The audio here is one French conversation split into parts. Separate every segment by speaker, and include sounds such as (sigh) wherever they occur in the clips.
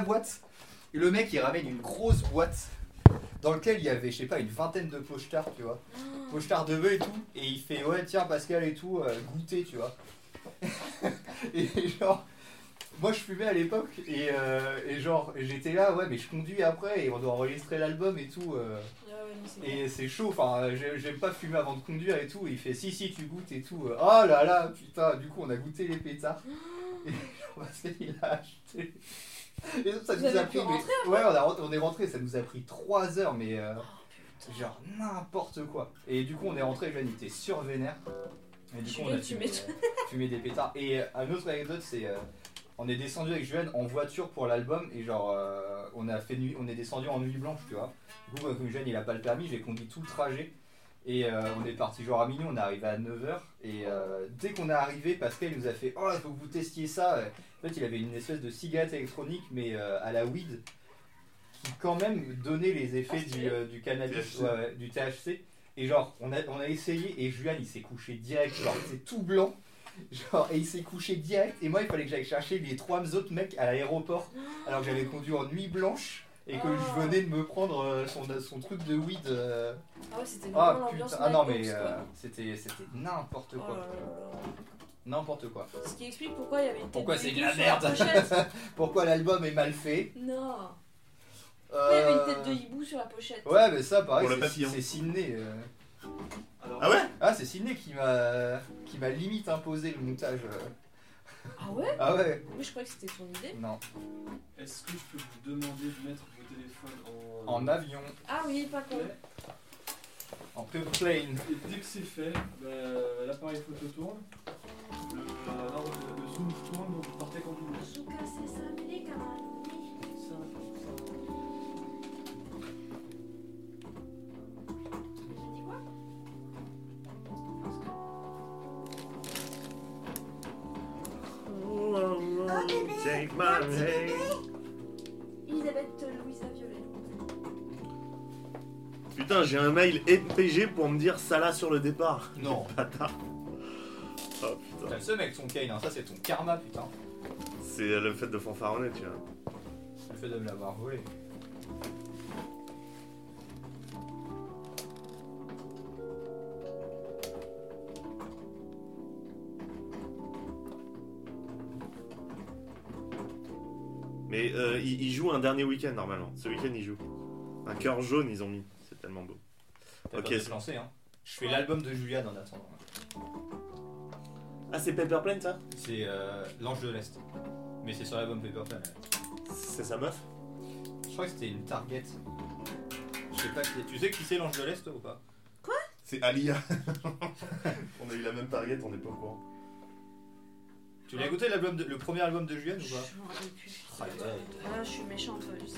Speaker 1: boîte. Et le mec, il ramène une grosse boîte dans laquelle il y avait, je sais pas, une vingtaine de pochetard, tu vois. Pochetard de bœuf et tout. Et il fait, ouais, tiens, Pascal et tout, euh, goûter, tu vois. (laughs) et genre, moi je fumais à l'époque. Et, euh, et genre, j'étais là, ouais, mais je conduis après et on doit enregistrer l'album et tout. euh.
Speaker 2: Ah ouais, non, c'est
Speaker 1: Et c'est chaud, enfin, euh, j'ai- j'aime pas fumer avant de conduire et tout. Il fait si, si, tu goûtes et tout. Oh là là, putain, du coup, on a goûté les
Speaker 2: (gasps)
Speaker 1: pétards. Et (laughs) parce qu'il a acheté. Et ça
Speaker 2: Vous
Speaker 1: nous a
Speaker 2: avez
Speaker 1: pris.
Speaker 2: pu
Speaker 1: mais-
Speaker 2: rentrer,
Speaker 1: ouais, on, a rent- on est rentré, ça nous a pris 3 heures, mais euh,
Speaker 2: Oh, putain.
Speaker 1: genre n'importe quoi. Et du coup, on est rentré, Jeanne était sur vénère. Et du
Speaker 2: Tu
Speaker 1: coup, on a
Speaker 2: veux, tu
Speaker 1: fumé,
Speaker 2: m'étonnes.
Speaker 1: euh, fumé des pétards. Et euh, une autre anecdote, c'est. euh, on est descendu avec Juan en voiture pour l'album et genre euh, on a fait nuit, on est descendu en nuit blanche, tu vois. Du coup, moi, comme Juan il a pas le permis, j'ai conduit tout le trajet et euh, on est parti genre à minuit, on est arrivé à 9h et euh, dès qu'on est arrivé, Pascal nous a fait "Oh, il faut que vous testiez ça." Euh, En fait, il avait une espèce de cigarette électronique mais euh, à la weed qui quand même donnait les effets du, euh, du cannabis,
Speaker 3: THC.
Speaker 1: ouais, ouais, du THC. Et genre on a, on a essayé et Juan il s'est couché direct, genre c'est tout blanc. Genre, et il s'est couché direct. Et moi, il fallait que j'aille chercher les trois autres mecs à l'aéroport. Alors que j'avais conduit en nuit blanche. Et que
Speaker 2: Ah.
Speaker 1: je venais de me prendre euh, son, son truc de weed. euh.
Speaker 2: Ah ouais, c'était vraiment
Speaker 1: Ah
Speaker 2: l'ambiance.
Speaker 1: putain, ah non,
Speaker 2: Mad
Speaker 1: mais
Speaker 2: Box, quoi.
Speaker 1: euh, c'était c'était n'importe
Speaker 2: Oh là
Speaker 1: quoi.
Speaker 2: là
Speaker 1: N'importe quoi.
Speaker 2: là. Ce qui explique pourquoi il y avait une tête
Speaker 1: Pourquoi
Speaker 2: de
Speaker 1: c'est de
Speaker 2: hibou
Speaker 1: la
Speaker 2: sur la
Speaker 1: merde (laughs)
Speaker 2: pochette.
Speaker 1: Pourquoi l'album est mal fait
Speaker 2: Non. Pourquoi il y
Speaker 1: Euh,
Speaker 2: avait une tête de hibou sur la pochette
Speaker 1: Ouais, mais ça, pareil,
Speaker 3: Pour le
Speaker 1: c'est-
Speaker 3: papillon.
Speaker 1: c'est Sydney. euh.
Speaker 3: Ah ouais
Speaker 1: Ah, c'est Sydney qui m'a qui m'a limite imposé le montage. euh.
Speaker 2: Ah ouais
Speaker 1: Ah ouais
Speaker 2: Moi je croyais que c'était son idée.
Speaker 1: Non.
Speaker 4: Est-ce que je peux vous demander de mettre vos téléphones en.
Speaker 1: En avion,
Speaker 2: Ah oui, pas con.
Speaker 4: Ouais.
Speaker 1: en plane.
Speaker 4: Et dès que c'est fait, bah, l'appareil photo tourne, le, euh, le- le zoom tourne, donc vous partez quand vous
Speaker 2: hein.
Speaker 4: voulez.
Speaker 3: Take my hand.
Speaker 2: Elisabeth Louisa Violet.
Speaker 3: Putain, j'ai un mail MPG pour me dire Salah sur le départ.
Speaker 1: Non.
Speaker 3: (laughs) Bâtard. Oh putain.
Speaker 1: Putain, ce mec, son Kane, hein, ça c'est ton karma, putain.
Speaker 3: C'est euh, le fait de fanfaronner, tu vois.
Speaker 1: Le fait de me l'avoir volé.
Speaker 3: Mais euh, il, il joue un dernier week-end normalement. Ce week-end, il joue. Un cœur jaune, ils ont mis. C'est tellement beau.
Speaker 1: T'as
Speaker 3: Ok,
Speaker 1: pas de
Speaker 3: c'est-
Speaker 1: te lancer, hein. Je fais l'album de Julian en attendant.
Speaker 3: Ah, c'est Pepper Plane, ça
Speaker 1: C'est euh, L'Ange de l'Est. Mais c'est sur l'album Paper Plane. ouais.
Speaker 3: C'est sa meuf
Speaker 1: Je crois que c'était une Target. Je sais pas qui- Tu sais qui c'est l'Ange de l'Est toi, ou pas
Speaker 3: C'est Alia. (laughs) on a eu la même target, on n'est pas au courant.
Speaker 1: Tu l'as écouté l'album de- le premier album de Julian ou
Speaker 2: Je m'en rappelle plus.
Speaker 1: pas Ah,
Speaker 2: Ah, je suis méchante. je sais.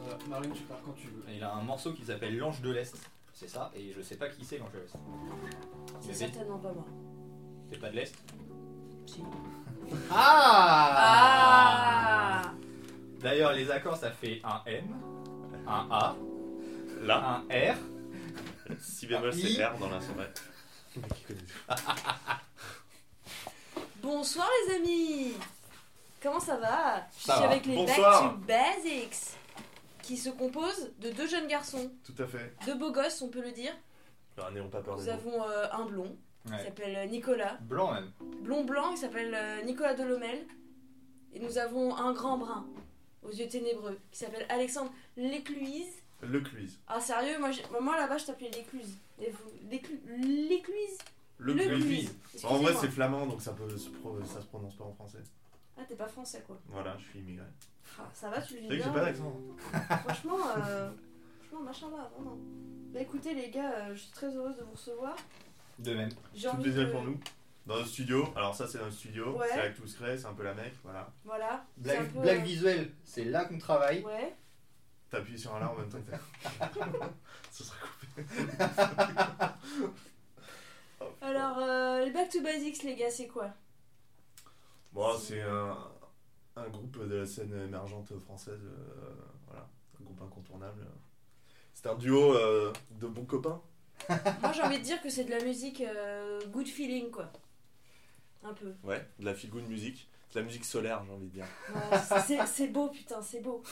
Speaker 4: Voilà, Marine, Euh, tu pars quand tu veux.
Speaker 1: Il a un morceau qui s'appelle L'Ange de l'Est. C'est ça, et je sais pas qui c'est l'Ange de l'Est.
Speaker 2: C'est
Speaker 1: Mais
Speaker 2: certainement pas moi.
Speaker 1: T'es pas de l'Est
Speaker 2: Si.
Speaker 1: Ah
Speaker 2: Ah
Speaker 1: D'ailleurs, les accords ça fait un M, un A,
Speaker 3: Là,
Speaker 1: un R.
Speaker 3: si bémol, c'est
Speaker 1: Ah,
Speaker 3: R dans la soirée.
Speaker 2: Bonsoir les amis Comment ça va Je suis
Speaker 1: Ça va.
Speaker 2: avec les
Speaker 3: Bonsoir.
Speaker 2: Back to Basics qui se compose de deux jeunes garçons,
Speaker 3: Tout à fait.
Speaker 2: deux beaux gosses on peut le dire.
Speaker 3: Non, n'ayons pas peur
Speaker 2: Nous
Speaker 3: des mots.
Speaker 2: avons euh, un blond qui
Speaker 1: Ouais.
Speaker 2: s'appelle euh, Nicolas,
Speaker 1: Blanc même.
Speaker 2: blond blanc qui s'appelle euh, Nicolas Delomel et nous avons un grand brun aux yeux ténébreux qui s'appelle Alexandre Lécluise.
Speaker 3: Le cluise.
Speaker 2: Ah sérieux, moi, j'ai- moi là-bas je t'appelais Lécluse. Et vous- Léclu- Lécluise Lécluise.
Speaker 3: En vrai,
Speaker 2: Excusez-moi.
Speaker 3: c'est flamand, donc ça, peut se pro- ça se prononce pas en français.
Speaker 2: Ah t'es pas français quoi.
Speaker 3: Voilà, je suis immigré.
Speaker 2: Ah, ça va, tu le vis
Speaker 3: Tu sais que
Speaker 2: bien
Speaker 3: j'ai pas d'accent. hein.
Speaker 2: Franchement, euh, franchement, machin là, vraiment. Bah écoutez les gars, euh, je suis très heureuse de vous recevoir.
Speaker 1: De même.
Speaker 2: J'ai
Speaker 3: Tout
Speaker 2: envie
Speaker 3: plaisir
Speaker 2: de-
Speaker 3: pour nous. Dans notre studio. Alors, ça, c'est notre studio.
Speaker 2: Ouais.
Speaker 3: C'est avec tous Cray, c'est un peu la mec. Voilà.
Speaker 2: Voilà. c'est un
Speaker 1: Blague,
Speaker 2: peu,
Speaker 1: blague visuelle, c'est là qu'on
Speaker 2: euh,
Speaker 1: travaille.
Speaker 2: Ouais.
Speaker 3: T'appuies sur un là en même temps que t'as- Ça sera coupé.
Speaker 2: Alors, euh, les Back to Basics, les gars, c'est quoi
Speaker 3: (laughs) Bon, c'est un, un groupe de la scène émergente française. euh, voilà, un groupe incontournable. C'est un duo euh, de bons copains.
Speaker 2: Moi j'ai envie de dire que c'est de la musique euh, good feeling quoi. Un peu.
Speaker 3: Ouais, de la feel good music. la musique solaire, j'ai envie de dire.
Speaker 2: Ouais, c'est- c'est- c'est beau, putain, c'est beau.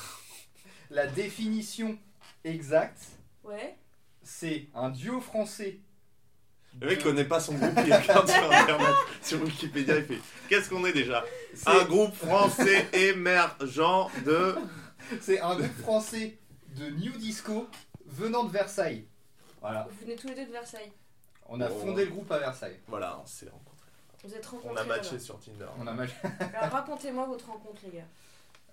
Speaker 1: La définition exacte,
Speaker 2: Ouais.
Speaker 1: c'est un duo français.
Speaker 3: Le mec
Speaker 1: de-
Speaker 3: connaît pas son groupe, il regarde sur internet, sur Wikipédia, il fait Qu'est-ce qu'on est déjà
Speaker 1: c'est-
Speaker 3: Un
Speaker 1: (laughs)
Speaker 3: groupe français émergent de.
Speaker 1: C'est un groupe français de New Disco venant de Versailles. Voilà.
Speaker 2: Vous venez tous les deux de Versailles.
Speaker 1: On a
Speaker 3: Oh.
Speaker 1: fondé le groupe à Versailles.
Speaker 3: Voilà, on s'est rencontrés.
Speaker 2: Vous êtes rencontrés.
Speaker 3: On a matché
Speaker 2: alors.
Speaker 3: sur Tinder.
Speaker 1: On a mal-
Speaker 2: Alors racontez-moi votre rencontre, les gars.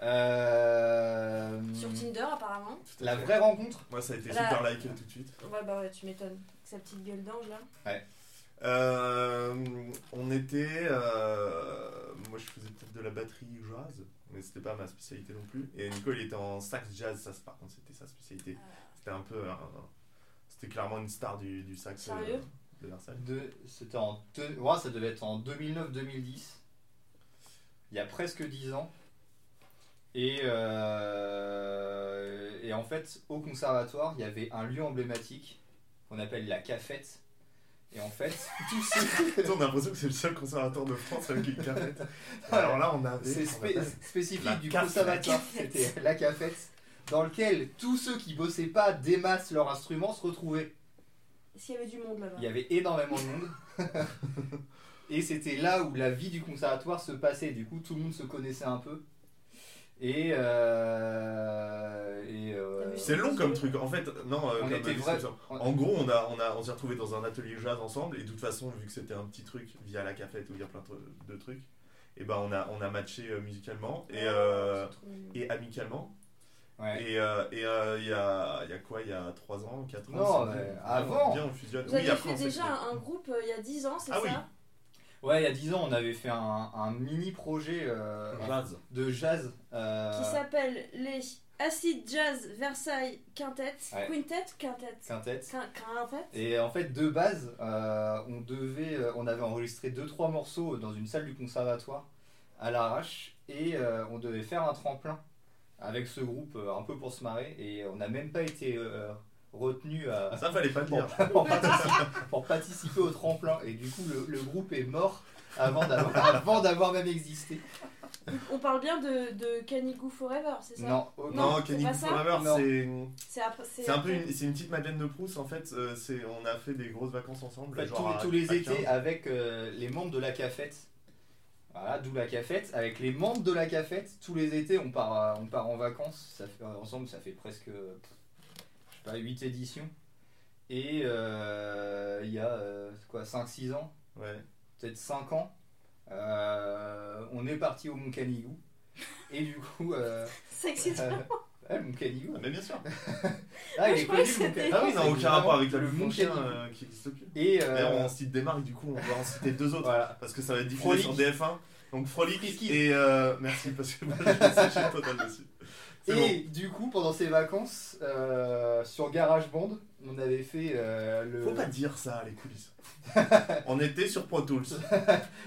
Speaker 1: Euh,
Speaker 3: Hmm.
Speaker 2: Sur Tinder, apparemment.
Speaker 3: Tout à
Speaker 1: La
Speaker 3: fait.
Speaker 1: vraie rencontre
Speaker 3: Moi, ça a été
Speaker 2: La-
Speaker 3: super liké tout de suite.
Speaker 2: Ouais, bah ouais, tu m'étonnes. Avec Sa petite gueule d'ange, là.
Speaker 3: Euh, on était. euh, moi, je faisais peut-être de la batterie jazz, mais c'était pas ma spécialité non plus. Et Nico, il était en sax jazz, ça, c'est- par contre, c'était sa spécialité.
Speaker 2: Ah.
Speaker 3: C'était un peu. un- C'était clairement une star du, du sax euh,
Speaker 2: Sérieux
Speaker 3: de Versailles. (laughs)
Speaker 1: de... C'était en... deux- ouais, ça devait être en 2009-2010. Il y a presque 10 ans. Et, euh, et en fait, au conservatoire, il y avait un lieu emblématique qu'on appelle la cafette. Et en fait, tous ceux...
Speaker 3: Putain, on a l'impression que c'est le seul conservatoire de France avec une
Speaker 1: (laughs)
Speaker 3: cafette. Alors là, on avait.
Speaker 1: C'est
Speaker 3: on
Speaker 1: spé-
Speaker 3: avait-
Speaker 1: spécifique
Speaker 3: La
Speaker 1: du
Speaker 3: cafette.
Speaker 1: conservatoire,
Speaker 2: La cafette.
Speaker 1: c'était la cafette, dans lequel tous ceux qui bossaient pas des masses leur instrument se retrouvaient.
Speaker 2: Est-ce qu'il y avait du monde là-bas
Speaker 1: Il y avait énormément de monde.
Speaker 3: (laughs)
Speaker 1: et c'était là où la vie du conservatoire se passait. Du coup, tout le monde se connaissait un peu. Et. euh, et euh,
Speaker 3: C'est long comme truc. En fait, non, euh,
Speaker 1: On
Speaker 3: comme
Speaker 1: était
Speaker 3: description.
Speaker 1: vra-
Speaker 3: En gros, on, a, on, a, on s'est retrouvés dans un atelier jazz ensemble, et de toute façon, vu que c'était un petit truc via la cafette où il y a plein de, de trucs, et ben on a, on a matché euh, musicalement et, euh,
Speaker 2: C'est trop mignon.
Speaker 3: et amicalement.
Speaker 1: ouais.
Speaker 3: Et euh, et, euh, il y, a, il y a quoi Il y a 3 ans, 4 ans
Speaker 1: Non,
Speaker 3: c'est
Speaker 1: mais
Speaker 3: bien,
Speaker 1: avant.
Speaker 3: Bien, on fusionne.
Speaker 2: Vous
Speaker 3: Oui,
Speaker 2: aviez
Speaker 3: après, on
Speaker 2: fait
Speaker 3: s'est
Speaker 2: déjà
Speaker 3: fait-
Speaker 2: un groupe euh, il y a 10 ans, c'est
Speaker 3: Ah
Speaker 2: ça
Speaker 3: oui.
Speaker 1: Ouais, il y a 10 ans, on avait fait un, un mini projet euh,
Speaker 3: Jazz.
Speaker 1: de jazz. euh,
Speaker 2: Qui s'appelle les Acid Jazz Versailles Quintet.
Speaker 1: Ouais.
Speaker 2: Quintet Quintet.
Speaker 1: quintette.
Speaker 2: Quin- Quintet
Speaker 1: Et en fait, de base, euh, on devait, euh, on avait enregistré deux trois morceaux dans une salle du conservatoire à l'arrache, et euh, on devait faire un tremplin avec ce groupe, euh, un peu pour se marrer, et on n'a même pas été euh, retenu à-
Speaker 3: Ça, fallait pas le
Speaker 1: pour,
Speaker 3: dire.
Speaker 1: (laughs) pour participer, pour participer au tremplin. Et du coup, le, le groupe est mort avant d'avoir (laughs) avant d'avoir même existé.
Speaker 2: On parle bien de, de Canigou Forever, c'est ça
Speaker 1: Non, au-
Speaker 2: Non,
Speaker 3: Non,
Speaker 2: c'est
Speaker 3: Kenny
Speaker 2: pas ça
Speaker 3: Forever,
Speaker 1: Non.
Speaker 3: c'est.
Speaker 2: C'est après- c'est
Speaker 3: C'est un peu
Speaker 2: après.
Speaker 3: une, c'est une petite Madeleine de Proust en fait. euh, c'est, on a fait des grosses vacances
Speaker 1: En
Speaker 3: ensemble.
Speaker 1: fait,
Speaker 3: genre à-
Speaker 1: Bah, tous, tous les
Speaker 3: à
Speaker 1: étés
Speaker 3: 15.
Speaker 1: avec euh, les membres de la cafette. Voilà, d'où la cafette. Avec les membres de la cafette, tous les étés, on part, euh, on part en vacances. Ça fait, euh, ensemble, ça fait presque euh, je sais pas, 8 éditions. Et euh, il y a euh, quoi 5-6 ans,
Speaker 3: Ouais.
Speaker 1: peut-être 5 ans, euh, on est parti au Mont Canigou. Et du coup.
Speaker 3: (laughs)
Speaker 1: euh,
Speaker 2: Sexy
Speaker 1: euh, ouais, le Mont Canigou.
Speaker 3: Mais bien sûr.
Speaker 1: Ah,
Speaker 2: je
Speaker 1: il est
Speaker 2: croyais
Speaker 1: connu,
Speaker 2: que
Speaker 1: le Mont
Speaker 2: c'était-
Speaker 1: Canigou.
Speaker 3: Ah oui, non, aucun rapport avec la
Speaker 1: le Mont
Speaker 3: Mont chien
Speaker 1: Canigou.
Speaker 3: euh, qui existe plus.
Speaker 1: Et. euh,
Speaker 3: D'ailleurs, on cite des marques, du coup, on va en citer deux autres.
Speaker 1: voilà.
Speaker 3: Parce que ça va être diffusé sur DF1. Donc Frolic
Speaker 1: Friski.
Speaker 3: et... euh, merci, parce que (laughs) moi, je vais sécher total dessus. C'est
Speaker 1: Et du coup, pendant ces vacances, euh, sur GarageBand, on avait fait euh, le,
Speaker 3: bon. Faut pas dire ça à les
Speaker 1: (laughs)
Speaker 3: coulisses. on était sur Pro Tools.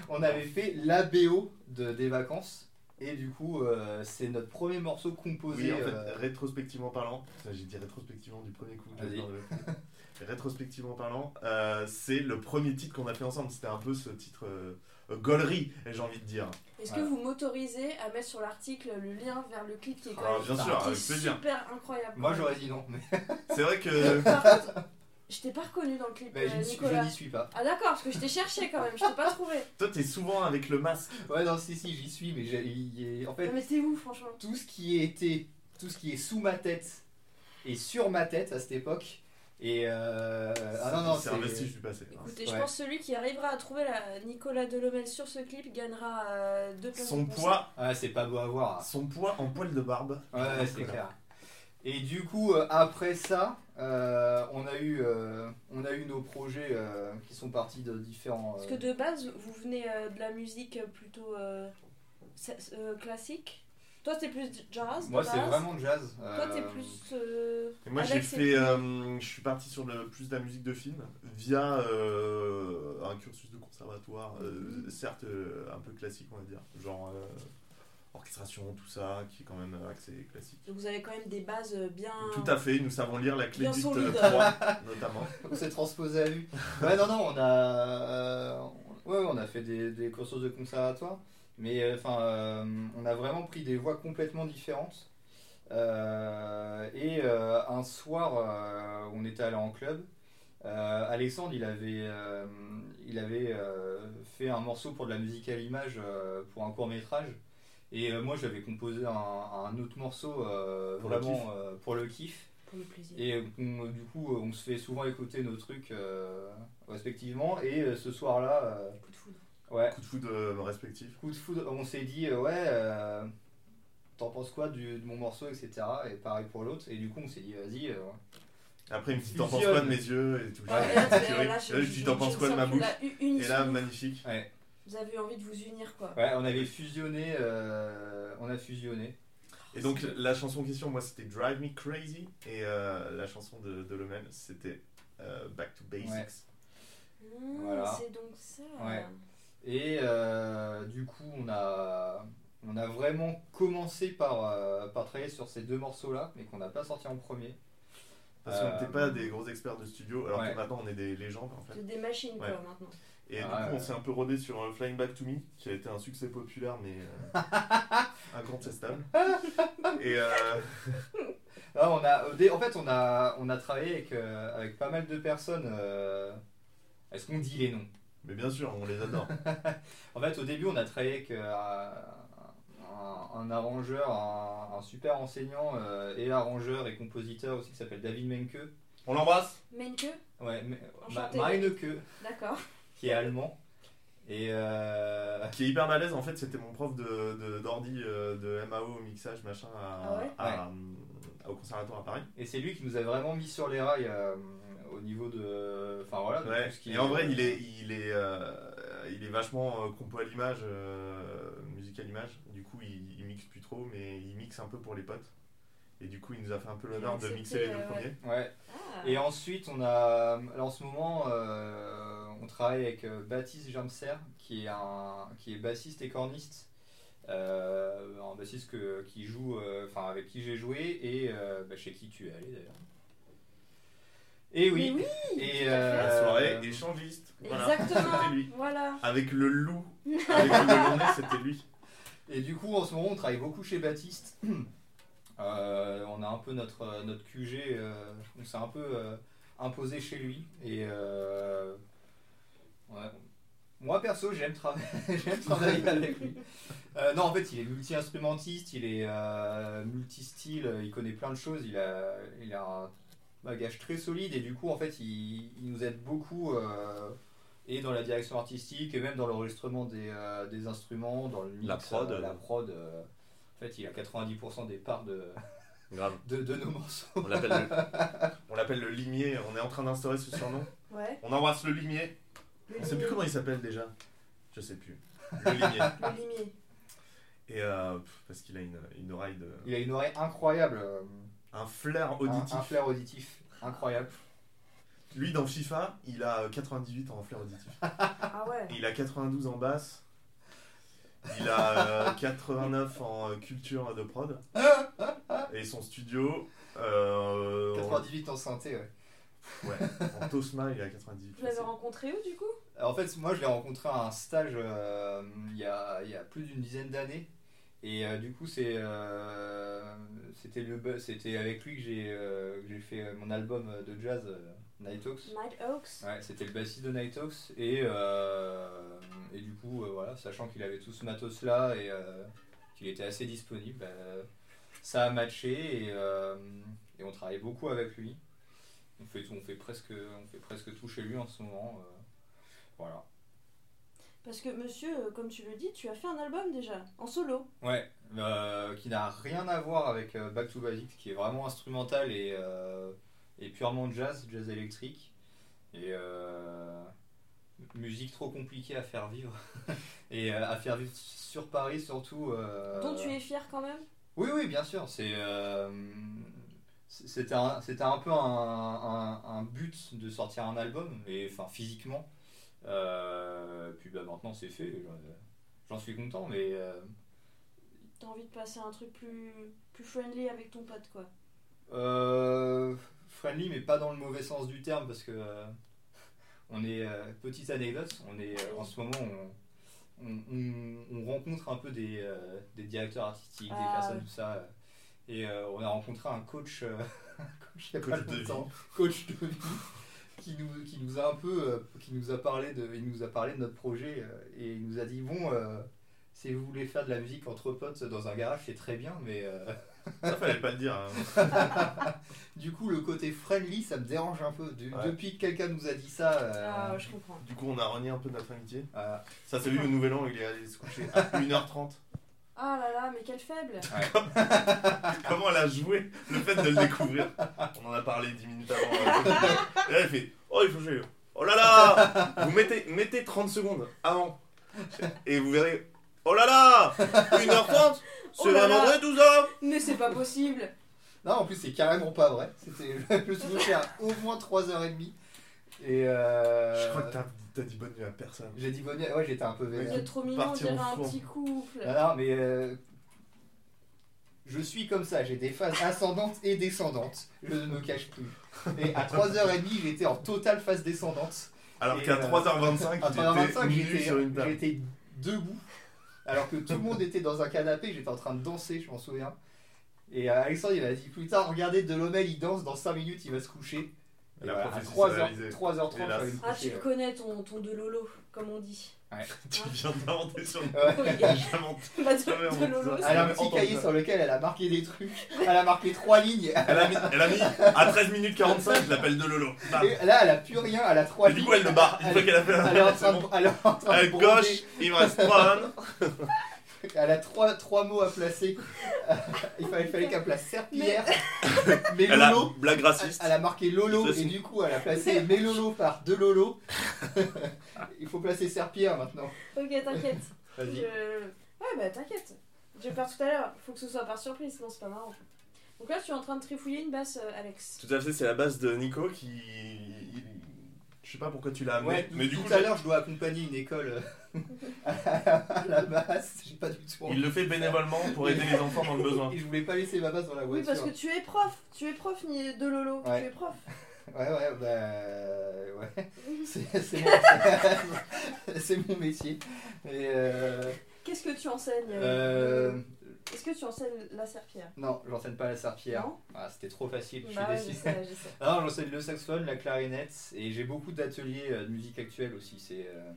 Speaker 1: on avait fait la BO de, des vacances. Et du coup, euh, c'est notre premier morceau composé.
Speaker 3: Oui, en fait,
Speaker 1: euh,
Speaker 3: rétrospectivement parlant, putain, j'ai dit rétrospectivement du premier coup.
Speaker 1: Vas-y.
Speaker 3: Non, le- (laughs) rétrospectivement parlant, euh, c'est le premier titre qu'on a fait ensemble. C'était un peu ce titre euh, euh, gaulerie, j'ai envie de dire.
Speaker 2: Est-ce
Speaker 1: Voilà.
Speaker 2: que vous m'autorisez à mettre sur l'article le lien vers le clip qui est quand
Speaker 3: Ah,
Speaker 2: même
Speaker 3: bien
Speaker 2: qui
Speaker 3: sûr,
Speaker 2: est
Speaker 3: avec plaisir.
Speaker 2: super incroyable
Speaker 1: moi, j'aurais dit non, mais,
Speaker 3: C'est vrai que
Speaker 2: Par contre, je t'ai pas reconnu dans le clip,
Speaker 1: mais
Speaker 2: euh,
Speaker 1: je n'y suis- je
Speaker 2: Nicolas.
Speaker 1: n'y suis pas.
Speaker 2: Ah d'accord, parce que je t'ai cherché quand même, je t'ai pas trouvé.
Speaker 3: toi, t'es souvent avec le masque.
Speaker 1: Ouais, non, si, si, j'y suis, mais j'ai- il est- en
Speaker 2: Non,
Speaker 1: fait,
Speaker 2: mais c'est ouf franchement.
Speaker 1: tout ce qui était, tout ce qui est sous ma tête et sur ma tête à cette époque. Et euh, ah non, non,
Speaker 3: c'est un vestige
Speaker 1: c'est.
Speaker 3: du passé.
Speaker 2: Écoutez, je
Speaker 1: Ouais.
Speaker 2: pense que celui qui arrivera à trouver la Nicolas Delomel sur ce clip gagnera euh, deux places.
Speaker 3: Son
Speaker 2: de concert.
Speaker 3: poids
Speaker 1: Ah, c'est pas beau à voir.
Speaker 3: Son poids en poil de barbe.
Speaker 1: Ouais, ouais, c'est clair. Et du coup, euh, après ça, euh, on, a eu, euh, on a eu nos projets euh, qui sont partis de différents.
Speaker 2: Parce
Speaker 1: euh,
Speaker 2: que de base, vous venez euh, de la musique plutôt euh, sa- euh, classique. Toi, t'es plus jazz. de
Speaker 1: Moi, c'est
Speaker 2: base.
Speaker 1: vraiment jazz.
Speaker 2: Toi, t'es
Speaker 1: euh,
Speaker 2: plus. euh,
Speaker 3: Et moi,
Speaker 2: avec
Speaker 3: j'ai
Speaker 2: ses-
Speaker 3: fait. euh, je suis parti sur le plus de la musique de film via euh, un cursus de conservatoire,
Speaker 2: Mm.
Speaker 3: euh, certes euh, un peu classique, on va dire. Genre euh, orchestration, tout ça, qui est quand même euh, axé classique.
Speaker 2: Donc, vous avez quand même des bases euh, bien.
Speaker 3: Tout à fait, nous savons lire la clé
Speaker 2: Bien
Speaker 3: du
Speaker 2: solide.
Speaker 3: 3,
Speaker 2: (laughs)
Speaker 3: notamment.
Speaker 1: (laughs) On s'est transposé à vue. Ouais, non, non, on a. euh, ouais, ouais, on a fait des, des courses de conservatoire. Mais enfin, euh, on a vraiment pris des voies complètement différentes. Euh, et euh, un soir, euh, on était allé en club. euh, Alexandre, il avait, euh, il avait euh, fait un morceau pour de la musique à l'image euh, pour un court métrage. Et euh, moi, j'avais composé un, un autre morceau euh,
Speaker 3: Pour le
Speaker 1: vraiment euh, pour le kiff.
Speaker 2: pour le plaisir.
Speaker 1: Et on- du coup, euh, on se fait souvent écouter nos trucs euh, respectivement. Et euh, ce soir-là, euh,
Speaker 2: Coup de foudre.
Speaker 1: ouais,
Speaker 3: Coup de foudre euh, respectif.
Speaker 1: coup de foudre, on s'est dit, euh, ouais, euh, t'en penses quoi du- de mon morceau, etc. Et pareil pour l'autre. Et du coup, on s'est dit, vas-y, euh,
Speaker 3: Après, il me dit T'en penses
Speaker 1: Fusionne.
Speaker 3: quoi de mes yeux Et tout.
Speaker 2: Ah,
Speaker 3: (laughs)
Speaker 2: et
Speaker 3: Ouais, Euh,
Speaker 2: là,
Speaker 3: tu
Speaker 2: c'est- là,
Speaker 3: ris. Là,
Speaker 2: je-
Speaker 3: je dis T'en
Speaker 2: je-
Speaker 3: penses
Speaker 2: je
Speaker 3: quoi de
Speaker 2: sens
Speaker 3: ma
Speaker 2: que
Speaker 3: bouche
Speaker 2: la- une- une
Speaker 3: Et là,
Speaker 2: seconde,
Speaker 3: magnifique.
Speaker 2: Vous avez eu envie de vous unir, quoi.
Speaker 1: ouais, on avait fusionné, euh, on a fusionné.
Speaker 3: Et donc, la chanson en question, moi, c'était Drive Me Crazy. Et euh, la chanson de, de Lomel, c'était euh, Back to Basics.
Speaker 1: Ouais.
Speaker 2: Mmh,
Speaker 1: Voilà.
Speaker 2: C'est donc ça.
Speaker 1: Ouais. Et euh, du coup, on a, on a vraiment commencé par, euh, par travailler sur ces deux morceaux-là, mais qu'on n'a pas sorti en premier.
Speaker 3: Parce qu'on
Speaker 1: Euh,
Speaker 3: n'était pas des gros experts de studio, alors
Speaker 1: ouais.
Speaker 3: que maintenant, on est des légendes, en fait.
Speaker 2: C'est des machines, quoi,
Speaker 3: Ouais.
Speaker 2: maintenant.
Speaker 3: Et du
Speaker 1: Ah,
Speaker 3: coup,
Speaker 1: ouais.
Speaker 3: on s'est un peu rodé sur euh, Flying Back to Me, qui a été un succès populaire, mais euh,
Speaker 1: (laughs)
Speaker 3: incontestable. Et euh,
Speaker 1: Ah, on a, au dé- en fait, on a, on a travaillé avec, euh, avec pas mal de personnes. euh, Est-ce qu'on dit les noms (laughs)
Speaker 3: mais bien sûr, on les adore.
Speaker 1: En fait, au début, on a travaillé avec euh, un, un arrangeur, un, un super enseignant euh, et arrangeur et compositeur aussi qui s'appelle David Menke.
Speaker 3: On l'embrasse
Speaker 2: Mène que
Speaker 1: Ouais, mais- Ma-
Speaker 2: Enchanté.
Speaker 1: Meineke,
Speaker 2: D'accord.
Speaker 1: qui est allemand. Et euh,
Speaker 3: Qui est hyper malaise, en fait, c'était mon prof de, de- d'ordi, euh, de MAO, mixage, machin, à-
Speaker 2: Ah ouais
Speaker 3: à- à- au conservatoire à Paris.
Speaker 1: Et c'est lui qui nous a vraiment mis sur les rails euh, au niveau de. Enfin voilà. de
Speaker 3: Ouais.
Speaker 1: tout ce qui
Speaker 3: Et en vrai, il est, il est, euh, il est vachement euh, compo à l'image, euh, musique à l'image. Du coup, il, il mixe plus trop, mais il mixe un peu pour les potes. Et du coup, il nous a fait un peu l'honneur de
Speaker 2: accepté,
Speaker 3: mixer les deux
Speaker 2: euh,
Speaker 3: premiers.
Speaker 1: Ouais.
Speaker 2: Ah.
Speaker 1: Et ensuite, on a. Alors en ce moment, euh, on travaille avec euh, Baptiste Jamser, qui est, un, qui est bassiste et corniste. Euh, un bassiste que, qui joue, euh, enfin avec qui j'ai joué et euh, bah, chez qui tu es allé d'ailleurs. Et oui.
Speaker 2: Mais
Speaker 1: et
Speaker 2: tout à fait.
Speaker 1: euh,
Speaker 3: La soirée échangiste. Voilà. (laughs)
Speaker 2: Exactement.
Speaker 3: C'était lui.
Speaker 2: Voilà.
Speaker 3: Avec le loup, avec le long nez, c'était lui.
Speaker 1: Et du coup, en ce moment, on travaille beaucoup chez Baptiste. (clears throat) Euh, on a un peu notre, euh, notre QG, euh, on s'est un peu euh, imposé chez lui. Et euh, ouais. moi, perso, j'aime trava- (laughs) j'aime
Speaker 3: (laughs)
Speaker 1: travailler avec lui. Euh, non, en fait, il est multi-instrumentiste, il est euh, multi-style, il connaît plein de choses, il a, il a un bagage très solide et du coup, en fait, il, il nous aide beaucoup. euh, et dans la direction artistique et même dans l'enregistrement des, euh, des instruments, dans le mix,
Speaker 3: La prod.
Speaker 1: euh, la prod euh, en fait, il a 90% des parts de,
Speaker 3: Grave.
Speaker 1: de, de nos morceaux.
Speaker 3: On l'appelle le... (laughs) on l'appelle le limier. On est en train d'instaurer ce surnom.
Speaker 2: Ouais.
Speaker 3: On embrasse le limier.
Speaker 2: Le
Speaker 3: On
Speaker 2: limier.
Speaker 3: sait Ah, plus comment il s'appelle déjà. Je sais plus. Le limier.
Speaker 2: Le limier.
Speaker 3: Et euh, pff, parce qu'il a une, une oreille de.
Speaker 1: Il a une oreille incroyable, euh,
Speaker 3: Un flair
Speaker 1: un-
Speaker 3: auditif.
Speaker 1: Un, flair auditif incroyable.
Speaker 3: Lui, dans FIFA, il a 98 en flair auditif.
Speaker 2: Ah ouais.
Speaker 3: Il a 92 en basse. Il a euh, 89 en euh, culture de prod. Et son studio. euh,
Speaker 1: 98 en synthé. ouais.
Speaker 3: en, ouais, en Tosma, il a 98.
Speaker 2: Vous l'avez rencontré où, du coup
Speaker 1: En fait, moi, je l'ai rencontré à un stage euh, il y, a, il y a plus d'une dizaine d'années. Et euh, du coup, c'est, euh, c'était, le, bu- c'était avec lui que j'ai, euh, que j'ai fait euh, mon album de jazz, euh, Night Hawks.
Speaker 2: Night Hawks.
Speaker 1: Ouais, c'était le bassiste de Night Hawks et, euh, et du coup, euh, voilà, sachant qu'il avait tout ce matos là et euh, qu'il était assez disponible, bah, ça a matché et, euh, et on travaille beaucoup avec lui. On fait, on fait, presque, on fait presque tout chez lui en ce moment. euh, voilà.
Speaker 2: Parce que, monsieur, euh, comme tu le dis, tu as fait un album déjà, en solo.
Speaker 1: Ouais, euh, qui n'a rien à voir avec euh, Back to Basics, qui est vraiment instrumental et, euh, et purement jazz, jazz électrique. Et euh, musique trop compliquée à faire vivre. (laughs) et euh, à faire vivre sur Paris surtout. euh,
Speaker 2: Dont tu es fier quand même.
Speaker 1: Oui, oui, bien sûr. C'est, euh, c'est- c'était, un, c'était un peu un, un- un but de sortir un album, et enfin physiquement. Euh, puis bah, maintenant c'est fait, j'en, j'en suis content, mais. euh,
Speaker 2: T'as envie de passer un truc plus, plus friendly avec ton pote, quoi.
Speaker 1: Euh, friendly, mais pas dans le mauvais sens du terme, parce que euh, on est euh, petite anecdote. On est euh, en ce moment, on, on, on- on rencontre un peu des, euh, des directeurs artistiques, des
Speaker 2: Ah,
Speaker 1: personnes,
Speaker 2: ouais.
Speaker 1: tout ça. euh, Et euh, on a rencontré un coach, euh, (laughs) un coach il y a
Speaker 3: Coach
Speaker 1: pas
Speaker 3: de
Speaker 1: longtemps, coach de vie, qui nous, qui nous a un peu, euh, qui nous a parlé de, il nous a parlé de notre projet euh, et il nous a dit bon, euh, si vous voulez faire de la musique entre potes dans un garage, c'est très bien, mais euh,
Speaker 3: Ça fallait pas le dire. hein.
Speaker 1: du coup le côté friendly, ça me dérange un peu. De-
Speaker 3: Ouais.
Speaker 1: Depuis que quelqu'un nous a dit ça, euh,
Speaker 2: Ah, je comprends.
Speaker 3: Du coup, on a renié un peu notre amitié.
Speaker 1: euh,
Speaker 3: Ça s'est vu au Nouvel An, il est allé se coucher à 1h30.
Speaker 2: Ah là là, mais quel faible (laughs)
Speaker 3: Comment elle a joué le fait de le découvrir On en a parlé 10 minutes avant. hein. Et là, elle fait Oh, il faut jouer. Oh là là Vous mettez, mettez 30 secondes avant. Et vous verrez Oh là là 1h30 C'est
Speaker 2: Oh là
Speaker 3: vraiment
Speaker 2: là.
Speaker 3: vrai tout ça
Speaker 2: Mais c'est pas possible
Speaker 1: Non, en plus, c'est carrément pas vrai. C'était, (laughs) je me suis couché à au moins 3h30. Et euh,
Speaker 3: t'as, dit bonne nuit à personne.
Speaker 1: j'ai dit bonne nuit. Ouais, j'étais un peu
Speaker 2: Vous
Speaker 1: vénère.
Speaker 2: êtes trop mignon, on
Speaker 3: Partir
Speaker 2: dirait
Speaker 3: en
Speaker 2: un
Speaker 3: four.
Speaker 2: petit couple.
Speaker 1: Non, non, mais euh, je suis comme ça. J'ai des phases ascendantes et descendantes. Je ne me cache plus. Et à 3h30, j'étais en totale phase descendante.
Speaker 3: Alors
Speaker 1: Et,
Speaker 3: qu'à
Speaker 1: euh,
Speaker 3: 3h25,
Speaker 1: À
Speaker 3: il
Speaker 1: 3h25,
Speaker 3: était nu sur une
Speaker 1: j'étais,
Speaker 3: table.
Speaker 1: j'étais debout. Alors que tout le monde était dans un canapé. J'étais en train de danser, je m'en souviens. Et euh, Alexandre, il m'a dit Putain, regardez Delomel, il danse. Dans 5 minutes, il va se coucher.
Speaker 3: Elle a
Speaker 1: Voilà, à
Speaker 3: professionnalisé.
Speaker 1: 3h, 3h30,
Speaker 3: Hélas.
Speaker 1: j'allais me
Speaker 2: Ah, tu
Speaker 1: coucher,
Speaker 2: le connais, ton, ton de Lolo, comme
Speaker 1: (laughs)
Speaker 2: on dit.
Speaker 3: Tu viens d'inventer sur une
Speaker 1: ouais. Ouais.
Speaker 2: Oui.
Speaker 3: table. J'invente.
Speaker 2: Bah, de, de Lolo,
Speaker 1: Elle a un
Speaker 3: J'avais
Speaker 1: petit
Speaker 3: entendu
Speaker 1: cahier
Speaker 3: ça.
Speaker 1: sur lequel elle a marqué des trucs. Elle a marqué trois lignes.
Speaker 3: Elle a mis, elle a mis à 13 minutes 45, je l'appelle de Lolo. Bam.
Speaker 1: Et là, elle a plus rien. Elle a trois
Speaker 3: Et Ah. du
Speaker 1: lignes.
Speaker 3: coup, elle le barre. Une fois qu'elle a fait
Speaker 1: Elle est en
Speaker 3: la
Speaker 1: train de, elle est en train de
Speaker 3: À
Speaker 1: brander.
Speaker 3: gauche, il me reste 3
Speaker 1: Elle a trois, trois mots à placer. (laughs) Il fallait, il fallait qu'elle place serpillière, mais
Speaker 3: Elle a
Speaker 1: Lolo.
Speaker 3: blague raciste.
Speaker 1: Elle a marqué
Speaker 3: De
Speaker 1: Lolo
Speaker 3: toute
Speaker 1: et
Speaker 3: façon.
Speaker 1: du coup elle a placé mais Lolo par de Lolo. (laughs) Il faut placer Serpillère maintenant.
Speaker 2: Ok, t'inquiète.
Speaker 1: Vas-y.
Speaker 2: Je- Ouais, bah t'inquiète. Je vais faire tout à l'heure. Faut que ce soit par surprise, sinon c'est pas marrant. Donc là, je suis en train de trifouiller une basse, euh, Alex.
Speaker 3: Tout à fait, c'est la base de Nico qui. il- Je sais pas pourquoi tu l'as amené,
Speaker 1: Ouais,
Speaker 3: Ah, mais du
Speaker 1: tout
Speaker 3: coup,
Speaker 1: à l'heure je dois accompagner une école euh, (laughs) à la masse. J'ai pas du tout envie.
Speaker 3: il le fait bénévolement pour aider les enfants dans le
Speaker 1: (laughs)
Speaker 3: besoin.
Speaker 1: Et je voulais pas laisser ma base dans la
Speaker 2: Oui,
Speaker 1: voiture.
Speaker 2: parce que tu es prof. Tu es prof, ni de Lolo.
Speaker 1: Ouais.
Speaker 2: Tu es prof.
Speaker 1: Ouais, ouais, bah. euh, Ouais. (laughs) C'est c'est mon, (laughs) c'est mon métier. Et euh,
Speaker 2: Qu'est-ce que tu enseignes euh,
Speaker 1: euh,
Speaker 2: Est-ce que tu enseignes la serpillère
Speaker 1: non, j'enseigne pas la serpillère.
Speaker 2: Non
Speaker 1: Ah, C'était trop facile, je
Speaker 2: Bah ouais,
Speaker 1: suis
Speaker 2: je
Speaker 1: déçu.
Speaker 2: sais, je sais.
Speaker 1: Ah, Non, j'enseigne le saxophone, la clarinette, et j'ai beaucoup d'ateliers euh, de musique actuelle aussi. C'est. euh,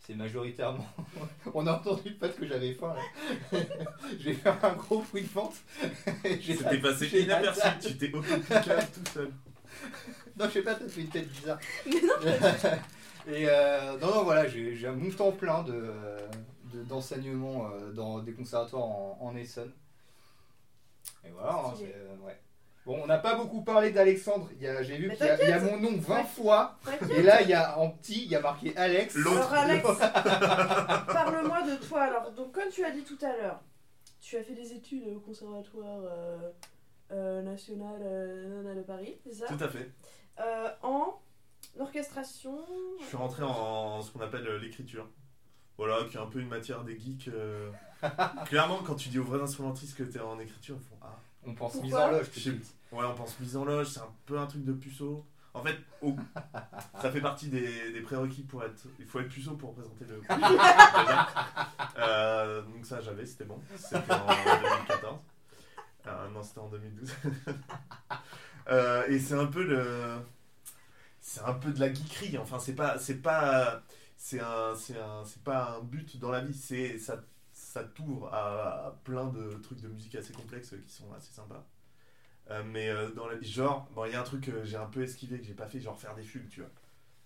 Speaker 1: C'est majoritairement. (laughs) On a entendu le pote que j'avais faim là. (laughs) J'ai fait un gros bruit de vente. (laughs) J'ai-
Speaker 3: C'était passé
Speaker 1: j'ai-
Speaker 3: inaperçu, tu t'es autopicable tout seul.
Speaker 1: Non, je sais pas, t'as fait une tête bizarre.
Speaker 2: (laughs) Mais non,
Speaker 1: (laughs) Et euh, non, non, voilà, j'ai j'ai un mon temps plein de, euh, de- d'enseignement euh, dans des conservatoires en, en Essonne. Et voilà, hein,
Speaker 2: Stylé.
Speaker 1: c'est, euh, ouais. Bon, on n'a pas beaucoup parlé d'Alexandre. Il y a- J'ai vu
Speaker 2: Mais
Speaker 1: qu'il y, a- il y a mon nom 20 fois. Et
Speaker 2: t'inquiète.
Speaker 1: là, il y a en petit, il y a marqué Alex.
Speaker 3: L'autre.
Speaker 2: Alors, Alex, parle-moi de toi. Alors, donc, comme tu as dit tout à l'heure, tu as fait des études au Conservatoire euh, euh, National euh, nanana de Paris, c'est ça
Speaker 3: Tout à fait.
Speaker 2: Euh, en orchestration.
Speaker 3: Je suis rentré en ce qu'on appelle euh, l'écriture. Voilà, qui est un peu une matière des geeks.
Speaker 1: (laughs)
Speaker 3: euh. Clairement, quand tu dis aux vrais instrumentistes que t'es en écriture, ils font Ah.
Speaker 1: On pense
Speaker 2: Pourquoi
Speaker 1: mise en loge tout de
Speaker 3: Je sais
Speaker 1: suite.
Speaker 3: Ouais, on pense mise en loge, c'est un peu un truc de puceau. En fait, au- ça fait partie des, des prérequis pour être. Il faut être puceau pour présenter le. Euh, donc ça, j'avais, c'était bon. C'était en 2014. Euh, non, c'était en 2012. (laughs) Euh, et c'est un peu le. C'est un peu de la geekerie. Enfin, c'est pas. C'est pas. C'est un. C'est un. C'est pas un but dans la vie. C'est. Ça, ça t'ouvre à, à plein de trucs de musique assez complexes qui sont assez sympas. Euh, mais euh, dans la genre, bon, il y a un truc que j'ai un peu esquivé, que j'ai pas fait, genre faire des fugues, tu vois.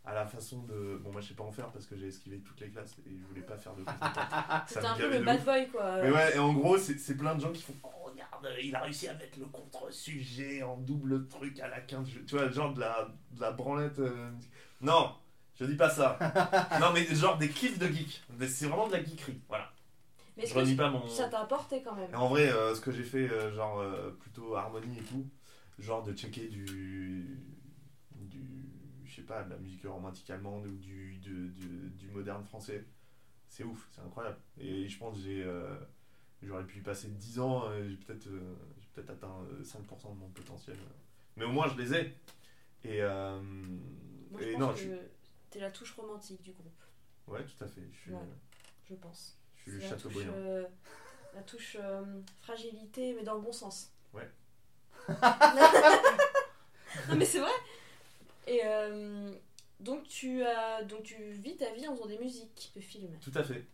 Speaker 3: À la façon de. Bon, moi je sais pas en faire parce que j'ai esquivé toutes les classes et je voulais pas faire de. Ça
Speaker 2: C'était
Speaker 3: me
Speaker 2: un peu
Speaker 3: gavait
Speaker 2: le
Speaker 3: de
Speaker 2: bad
Speaker 3: ouf.
Speaker 2: boy, quoi.
Speaker 3: Mais ouais, et en gros, c'est c'est plein de gens qui font Oh, regarde, euh, il a réussi à mettre le contre-sujet en double truc à la 15. Je- Tu vois, genre de la, de la branlette. euh, Non, je dis pas ça. non, mais genre des kiffs de geek. Mais C'est vraiment de la geekerie. Voilà.
Speaker 2: Mais est-ce
Speaker 3: je
Speaker 2: que
Speaker 3: redis pas mon.
Speaker 2: ça t'a apporté quand même
Speaker 3: Et en vrai, euh, ce que j'ai fait, euh, genre euh, plutôt harmonie et tout, genre de checker du. du. je sais pas, de la musique romantique allemande ou du, de- de- du moderne français, c'est ouf, c'est incroyable. Et je pense que j'ai. euh, j'aurais pu y passer 10 ans, euh, j'ai peut-être euh, j'ai peut-être atteint euh, 5% de mon potentiel. Mais au moins, je les ai. Et. euh,
Speaker 2: Moi, je
Speaker 3: et
Speaker 2: pense
Speaker 3: non,
Speaker 2: que
Speaker 3: je suis-
Speaker 2: t'es la touche romantique du groupe.
Speaker 3: Ouais, tout à fait. Je suis,
Speaker 2: Ouais. je pense.
Speaker 3: Je suis le
Speaker 2: C'est la touche,
Speaker 3: Chateaubriand.
Speaker 2: euh, la touche euh, fragilité, mais dans le bon sens. (laughs)
Speaker 3: Ouais.
Speaker 2: non, mais c'est vrai. Et euh, donc, tu as, donc, tu vis ta vie en faisant des musiques de films.
Speaker 3: Tout à fait.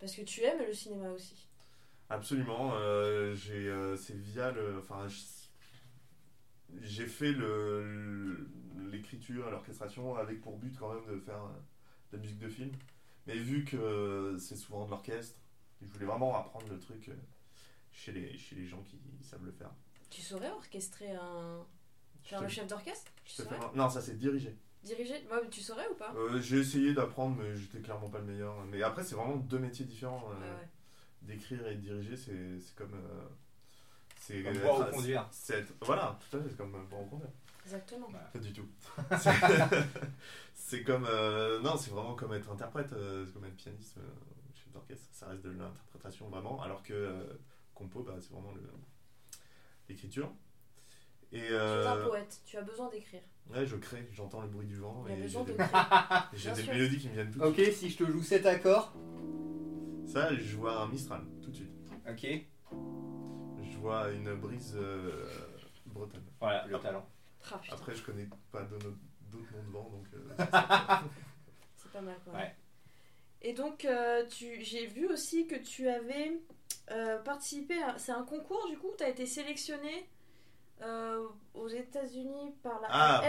Speaker 2: Parce que tu aimes le cinéma aussi.
Speaker 3: Absolument. euh, j'ai, euh, c'est via le. Enfin, je- j'ai fait le, l'écriture et l'orchestration avec pour but quand même de faire euh, de la musique de film. Mais vu que euh, c'est souvent de l'orchestre, je voulais vraiment apprendre le truc euh, chez les, chez les gens qui savent le faire.
Speaker 2: Tu saurais orchestrer un.
Speaker 3: Je
Speaker 2: Faire
Speaker 3: te-
Speaker 2: le chef d'orchestre Tu
Speaker 3: je te
Speaker 2: saurais
Speaker 3: fais un- Non, ça c'est dirigé.
Speaker 2: Diriger Ouais, mais Tu saurais ou pas
Speaker 3: Euh, j'ai essayé d'apprendre, mais j'étais clairement pas le meilleur. Mais après, c'est vraiment deux métiers différents. euh,
Speaker 2: Ouais, ouais.
Speaker 3: D'écrire et de diriger, c'est c'est comme. euh, c'est euh,
Speaker 1: Comme boire ou
Speaker 3: enfin,
Speaker 1: conduire.
Speaker 3: c'est être- Voilà, tout à fait, c'est comme euh, pour en conduire.
Speaker 2: Exactement.
Speaker 1: Ouais.
Speaker 3: Pas du tout. C'est- (laughs) c'est comme. euh, non, c'est vraiment comme être interprète, euh, c'est comme être pianiste, euh, chef d'orchestre. Ça reste de l'interprétation vraiment, alors que euh, compo, bah, c'est vraiment le- l'écriture. Et.
Speaker 2: Tu es un
Speaker 3: euh,
Speaker 2: poète, tu as besoin d'écrire.
Speaker 3: ouais, je crée, j'entends le bruit du vent
Speaker 2: Il y a
Speaker 3: et
Speaker 2: besoin
Speaker 3: j'ai
Speaker 2: de
Speaker 3: des, (laughs)
Speaker 2: créer. Ah,
Speaker 3: j'ai
Speaker 2: bien
Speaker 3: des
Speaker 2: sûr.
Speaker 3: mélodies qui me viennent tout de
Speaker 1: Ok, si je te joue cet accord.
Speaker 3: suite. Ça, je vois un Mistral, tout de suite.
Speaker 1: Ok,
Speaker 3: Je vois une brise euh, bretonne.
Speaker 1: voilà le talent.
Speaker 2: Ah, putain,
Speaker 3: Après, je connais pas d'autres d'autres noms de vent, donc. euh, ça,
Speaker 2: c'est pas mal quand même.
Speaker 1: Ouais.
Speaker 2: Et donc, euh, tu, j'ai vu aussi que tu avais euh, participé à. C'est un concours du coup Tu as été sélectionné euh, aux États-unis par la
Speaker 3: Ah.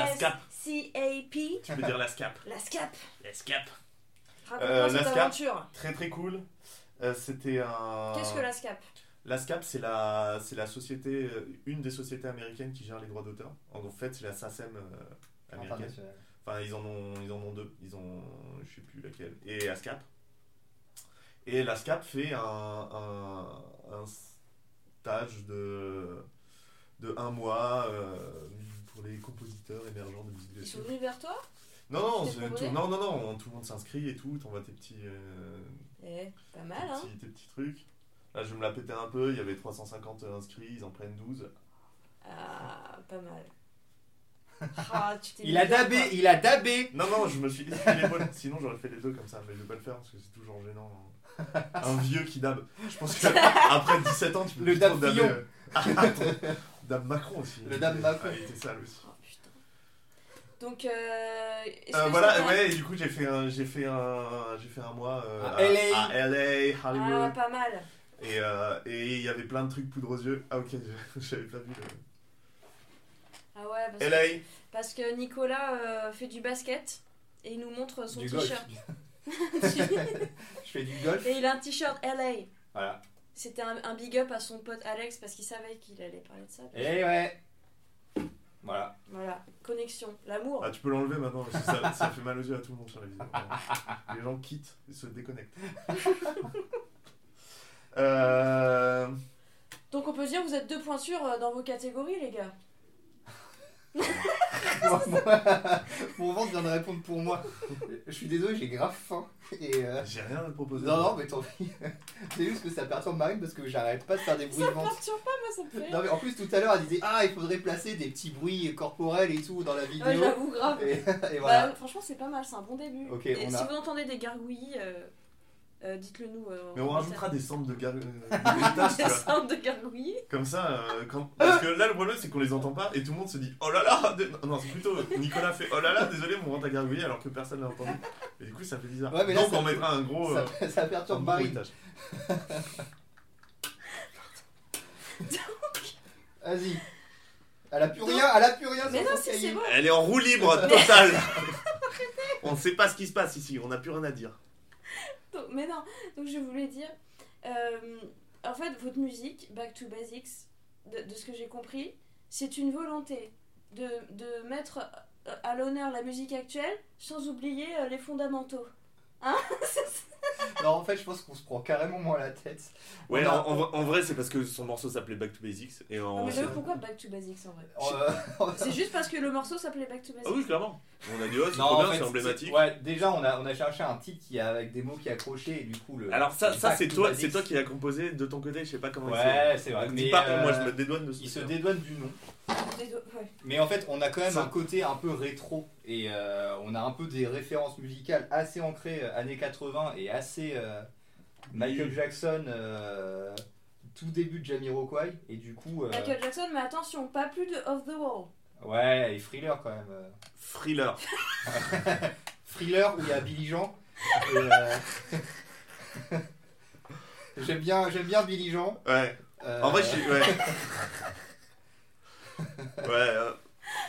Speaker 2: SCAP.
Speaker 3: tu peux dire la scap.
Speaker 2: La SCAP
Speaker 3: La scap.
Speaker 2: Raconte-moi cette
Speaker 3: Euh, la SCAP.
Speaker 2: aventure.
Speaker 3: Très très cool. Euh, C'était un.
Speaker 2: Qu'est-ce que la SCAP
Speaker 3: La SCAP, c'est la, c'est la société, euh, une des sociétés américaines qui gère les droits d'auteur. En fait, c'est la SACEM
Speaker 1: Ah,
Speaker 3: euh, américaine.
Speaker 1: International.
Speaker 3: Enfin, ils en ont, ils en ont deux. Ils ont, je sais plus laquelle. Et la SCAP. Et la SCAP fait un, un- un stage de, de un mois euh, pour les compositeurs émergents de musique de
Speaker 2: Ils sont
Speaker 3: film.
Speaker 2: venus vers toi
Speaker 3: Non, non,
Speaker 2: T'es
Speaker 3: c'est-
Speaker 2: proposé
Speaker 3: tout, non, non, non, on- tout le monde s'inscrit et tout. T'envoies tes petits. euh,
Speaker 2: Eh, pas
Speaker 3: tes
Speaker 2: mal hein
Speaker 3: petits- tes petits trucs. Là, je me la pétais un peu, il y avait 350 euh, inscrits, ils en prennent 12.
Speaker 2: Ah, pas mal. Ah, tu t'es
Speaker 1: Il a
Speaker 2: mis bien,
Speaker 1: dabé,
Speaker 2: quoi.
Speaker 1: il a dabé.
Speaker 3: Non, non, je me suis essuyé les poils, sinon j'aurais fait les deux comme ça, mais je vais pas le faire parce que c'est toujours gênant. hein. Un vieux qui dab. Je pense que (laughs) après 17 ans, tu peux
Speaker 1: Le
Speaker 3: plus
Speaker 1: dab
Speaker 3: trop dabber,
Speaker 1: Fillon.
Speaker 3: euh. Ah, attends. dab Macron aussi.
Speaker 1: Le dab Macron.
Speaker 3: Ah, il était sale aussi.
Speaker 2: Oh, putain. Donc, euh, est-ce
Speaker 3: Euh,
Speaker 2: que
Speaker 3: voilà,
Speaker 2: ça t'a-
Speaker 3: ouais, et du coup, j'ai fait un, j'ai fait un, j'ai fait un mois euh,
Speaker 1: À
Speaker 3: à,
Speaker 1: LA.
Speaker 3: à LA,
Speaker 2: Ah,
Speaker 3: Hollywood.
Speaker 2: pas mal.
Speaker 3: Et euh, et il y avait plein de trucs poudre aux yeux. Ah, ok, (laughs) je- j'avais pas vu le.
Speaker 2: Ah ouais, parce,
Speaker 3: LA.
Speaker 2: que, parce que Nicolas euh, fait du basket et il nous montre son
Speaker 1: Du golf. (laughs)
Speaker 2: t-shirt. (laughs)
Speaker 1: Je fais du golf.
Speaker 2: et il a un t-shirt LA.
Speaker 1: Voilà.
Speaker 2: C'était un, un big up à son pote Alex parce qu'il savait qu'il allait parler de ça.
Speaker 1: Et Eh ouais.
Speaker 2: (laughs)
Speaker 1: Voilà.
Speaker 2: Voilà, connexion, l'amour.
Speaker 3: Ah, tu peux l'enlever maintenant, parce que ça, ça fait mal aux yeux à tout le monde sur
Speaker 1: (laughs)
Speaker 3: la vidéo. Les gens quittent et se déconnectent. (laughs) Euh,
Speaker 2: Donc on peut dire que vous êtes deux pointures euh, dans vos catégories, les gars.
Speaker 1: Moi, moi- mon ventre vient de répondre pour moi. Je suis désolé, j'ai grave faim. Et euh,
Speaker 3: J'ai rien à te proposer.
Speaker 1: Non, non, mais tant pis. (laughs) C'est juste que ça perturbe Marine parce que j'arrête pas de faire des bruits
Speaker 2: Ça
Speaker 1: de
Speaker 2: me
Speaker 1: ventre.
Speaker 2: perturbe pas, moi, ça me fait. rire.
Speaker 1: Non, mais en plus, tout à l'heure, elle disait Ah, il faudrait placer des petits bruits corporels et tout dans la
Speaker 2: Ouais,
Speaker 1: vidéo.
Speaker 2: j'avoue, grave.
Speaker 1: (laughs) et, et
Speaker 2: Bah,
Speaker 1: voilà.
Speaker 2: franchement, c'est pas mal, c'est un bon début.
Speaker 1: Ok,
Speaker 2: Et
Speaker 1: on
Speaker 2: si
Speaker 1: a-
Speaker 2: vous entendez des gargouillis, euh, euh, dites-le nous. euh,
Speaker 3: Mais on
Speaker 2: en
Speaker 3: rajoutera des centres
Speaker 1: (laughs)
Speaker 3: de gar...
Speaker 2: commentaire.
Speaker 3: de tâches, tu
Speaker 2: Des
Speaker 3: vois.
Speaker 2: sounds de gargouillis.
Speaker 3: Comme ça, euh, quand... parce que là, le problème, c'est qu'on les entend pas et tout le monde se dit Oh là là dé- Non, c'est plutôt Nicolas fait Oh là là, désolé, mon ventre a gargouillé alors que personne l'a entendu. Et du coup, ça fait bizarre.
Speaker 1: Ouais, mais là,
Speaker 3: Donc,
Speaker 1: ça-
Speaker 3: on mettra un gros. euh,
Speaker 1: ça, ça
Speaker 3: un
Speaker 1: perturbe
Speaker 3: gros
Speaker 1: Marine.
Speaker 3: bruitage.
Speaker 1: Vas-y. Elle a plus rien, elle a plus rien
Speaker 2: Mais
Speaker 1: sur
Speaker 2: non,
Speaker 1: son
Speaker 2: si,
Speaker 1: cahier.
Speaker 2: c'est bon.
Speaker 3: Elle est en roue libre
Speaker 1: (laughs)
Speaker 3: totale On ne sait pas ce qui se passe ici, on n'a plus rien à dire.
Speaker 2: Donc- mais non, donc je voulais dire, euh, en fait, votre musique, Back to Basics, de, de ce que j'ai compris, c'est une volonté de, de mettre euh, à l'honneur la musique actuelle sans oublier euh, les fondamentaux. Hein
Speaker 1: Non, en fait, je pense qu'on se prend carrément moins la tête.
Speaker 3: Ouais,
Speaker 1: On a- Ah,
Speaker 3: en, en vrai- en vrai, c'est parce que son morceau s'appelait Back to Basics. Et
Speaker 2: Non,
Speaker 3: en...
Speaker 2: Ah,
Speaker 3: Ah
Speaker 2: mais j'avoue, pourquoi Back to Basics en vrai
Speaker 1: Euh, (laughs)
Speaker 2: C'est juste parce que le morceau s'appelait Back to Basics.
Speaker 3: Oh, Ah oui, clairement. On a dit, oh, c'est
Speaker 1: non,
Speaker 3: trop
Speaker 1: en
Speaker 3: bien,
Speaker 1: fait,
Speaker 3: c'est emblématique.
Speaker 1: Ouais, déjà, on a, on a cherché un titre qui a, avec des mots qui accrochaient et du coup, le.
Speaker 3: Euh, Alors, ça,
Speaker 1: le
Speaker 3: ça
Speaker 1: back
Speaker 3: c'est
Speaker 1: to
Speaker 3: toi,
Speaker 1: basics.
Speaker 3: c'est toi qui l'as composé de ton côté, je sais pas comment il s'est-
Speaker 1: Ouais, c'est vrai.
Speaker 3: Dis
Speaker 1: Mais
Speaker 3: pas,
Speaker 1: euh,
Speaker 3: moi je me dédouane de ce
Speaker 1: il se
Speaker 3: truc.
Speaker 1: dédouane du nom.
Speaker 2: Des do- ouais.
Speaker 1: Mais en fait, on a quand même
Speaker 3: Ça-
Speaker 1: un côté un peu rétro. Et Et euh, on a un peu des références musicales assez ancrées euh, années 80 et assez euh, Michael Jackson, euh, tout début de Jamiroquai. Et du coup, euh,
Speaker 2: Michael Jackson, mais attention, pas plus de Off the Wall.
Speaker 1: ouais, et Thriller quand même. euh.
Speaker 3: Thriller.
Speaker 1: Thriller où il y a Billy Jean. Et, euh, (laughs) j'aime bien, j'aime bien Billy Jean.
Speaker 3: Ouais.
Speaker 1: Euh,
Speaker 3: En vrai, je suis. Ouais. (laughs) ouais. euh,